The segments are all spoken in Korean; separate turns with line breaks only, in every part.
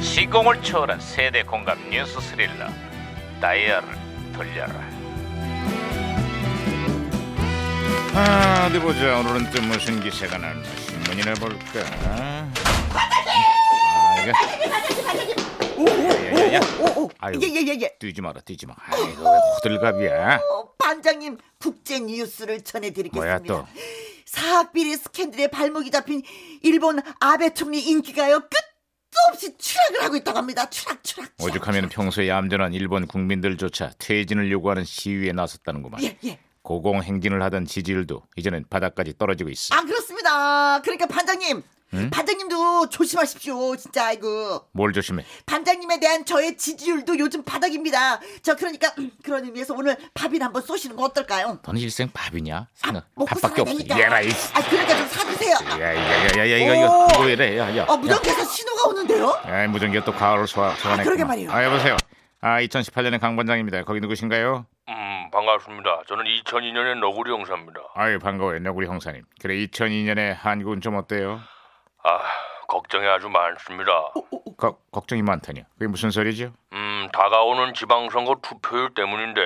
시공을 초월한 세대 공감 뉴스 스릴러 다이얼을 돌려라 아, 어디 보자 오늘은 또 무슨 기사가 났나 신문이나 볼까 아, 이거 야, 야, 야.
오오오오오
아유.
예예예예
뛰지 마라 뛰지 마 아이고 왜 호들갑이야
어, 반장님 국제 뉴스를 전해드리겠습니다
뭐야, 또?
사학비리 스캔들에 발목이 잡힌 일본 아베 총리 인기가요 끝도 없이 추락을 하고 있다고 합니다 추락 추락 추락.
오죽하면 평소에 얌전한 일본 국민들조차 퇴진을 요구하는 시위에 나섰다는구만
예 예.
고공행진을 하던 지지율도 이제는 바닥까지 떨어지고 있어
아 그렇습니다 그러니까 반장님 반장님도 조심하십시오 진짜 아이고
뭘 조심해
반장님에 대한 저의 지지율도 요즘 바닥입니다 저 그러니까 음, 그런 의미에서 오늘 밥이나 한번 쏘시는 거 어떨까요
너는 일생 밥이냐? 생각
먹고
밥밖에
살아야
없어.
되니까
얘라 이.
아 그러니까 좀 사드세요 아,
야야야야야 이거
오.
이거 뭐래? 야야.
아, 무전기에서 신호가 오는데요?
야, 무전기가 또 가을을 소화 소환했구나.
그러게 말이에요.
아 여보세요. 아 2018년의 강 반장입니다. 거기 누구신가요?
음, 반갑습니다. 저는 2002년의 너구리 형사입니다.
아유 반가워요, 너구리 형사님. 그래 2002년에 한국은 좀 어때요?
아, 걱정이 아주 많습니다.
어?
거, 걱정이 많다니요. 그게 무슨 소리죠?
음, 다가오는 지방선거 투표율 때문인데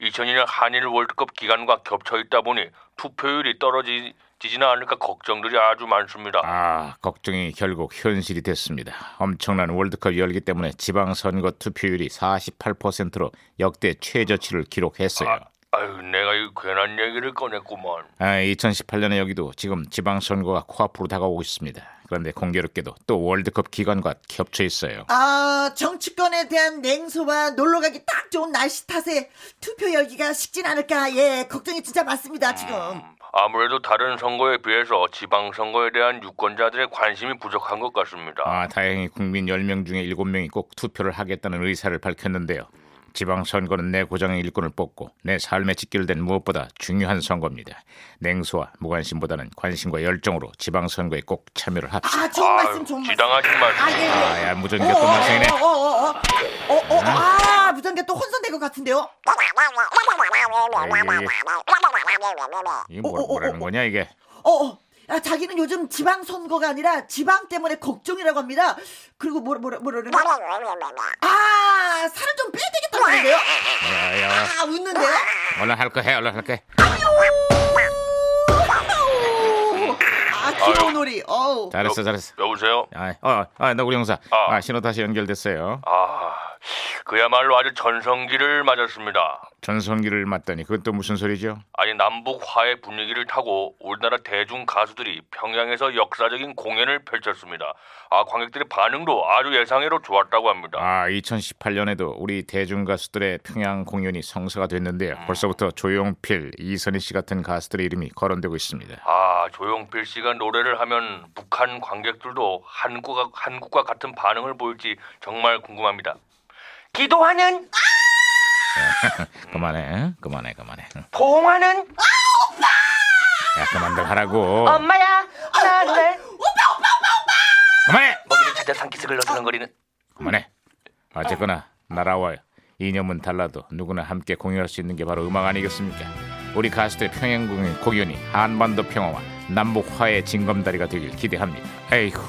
2002년 한일 월드컵 기간과 겹쳐 있다 보니 투표율이 떨어지지는 않을까 걱정들이 아주 많습니다.
아 걱정이 결국 현실이 됐습니다. 엄청난 월드컵 열기 때문에 지방선거 투표율이 48%로 역대 최저치를 기록했어요.
아유, 내가 이 괜한 얘기를 꺼냈구만.
아, 2018년에 여기도 지금 지방선거가 코앞으로 다가오고 있습니다. 그런데 공교롭게도 또 월드컵 기간과 겹쳐 있어요.
아 정치권에 대한 냉소와 놀러 가기 딱 좋은 날씨 탓에 투표 열기가 식진 않을까 예 걱정이 진짜 많습니다 지금
아무래도 다른 선거에 비해서 지방선거에 대한 유권자들의 관심이 부족한 것 같습니다.
아, 다행히 국민 10명 중에 7명이 꼭 투표를 하겠다는 의사를 밝혔는데요. 지방선거는 내 고장의 일꾼을 뽑고 내 삶에 직결된 무엇보다 중요한 선거입니다. 냉소와 무관심보다는 관심과 열정으로 지방선거에 꼭 참여를 합시다.
아 좋은 말씀
아유,
좋은 말씀
지당하신 말씀.
아,
아예예 어,
야, 무전기가 또 말썽이네.
어어어어어아 무전기 또 혼선된 것 같은데요
이게 뭐,
어, 어,
뭐라는
어,
거냐 이게?
어어 아, 자기는 요즘 지방 선거가 아니라 지방 때문에 걱정이라고 합니다 그리고 뭐라 뭐라 뭐라 그러나? 아 살을 좀 빼야 되겠다고 하는데요
야, 야,
아 웃는데요
얼른 할 거 해, 얼른 할 거 해.
아우. 아 귀여운 놀이 어우
잘했어, 잘했어.
여보세요?
아, 어, 아, 너구리 형사.
아.
아, 신호 다시 연결됐어요.
아, 그야말로 아주 전성기를 맞았습니다.
전성기를 맞다니 그건 또 무슨 소리죠?
아니 남북 화해 분위기를 타고 우리나라 대중 가수들이 평양에서 역사적인 공연을 펼쳤습니다. 아 관객들의 반응도 아주 예상외로 좋았다고 합니다.
아, 2018년에도 우리 대중 가수들의 평양 공연이 성사가 됐는데요. 벌써부터 조용필, 이선희 씨 같은 가수들의 이름이 거론되고 있습니다.
아 조용필 씨가 노래를 하면 북한 관객들도 한국과 한국과 같은 반응을 보일지 정말 궁금합니다. 기도하는
그만해, 그만해, 그만해. 응.
봉하는
야, 그만들 하라고.
엄마야 나를
그만해,
먹이를 찾아 산기슭을 너덜거리는
그만해. 어쨌거나 나라와 이념은 달라도 누구나 함께 공연할 수 있는 게 바로 음악 아니겠습니까? 우리 가수들의 평양 공연- 공연이 한반도 평화와 남북 화해 징검다리가 되길 기대합니다. 에이구.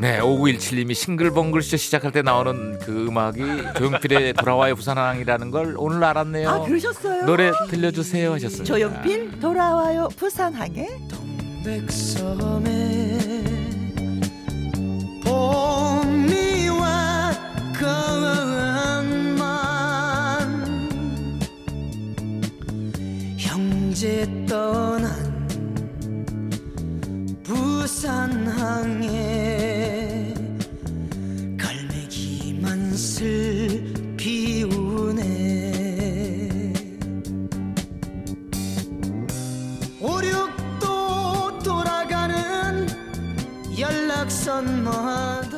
네, 5917님이 싱글벙글쇼 시작할 때 나오는 그 음악이 조용필의 돌아와요 부산항이라는 걸 오늘 알았네요.
아 그러셨어요
노래 들려주세요 하셨습니다.
조용필 돌아와요 부산항에
백섬에 봄이와 가을만 형제 떠난 부산항에 갈매기만 슬피 우네 오륙도 돌아가는 연락선마다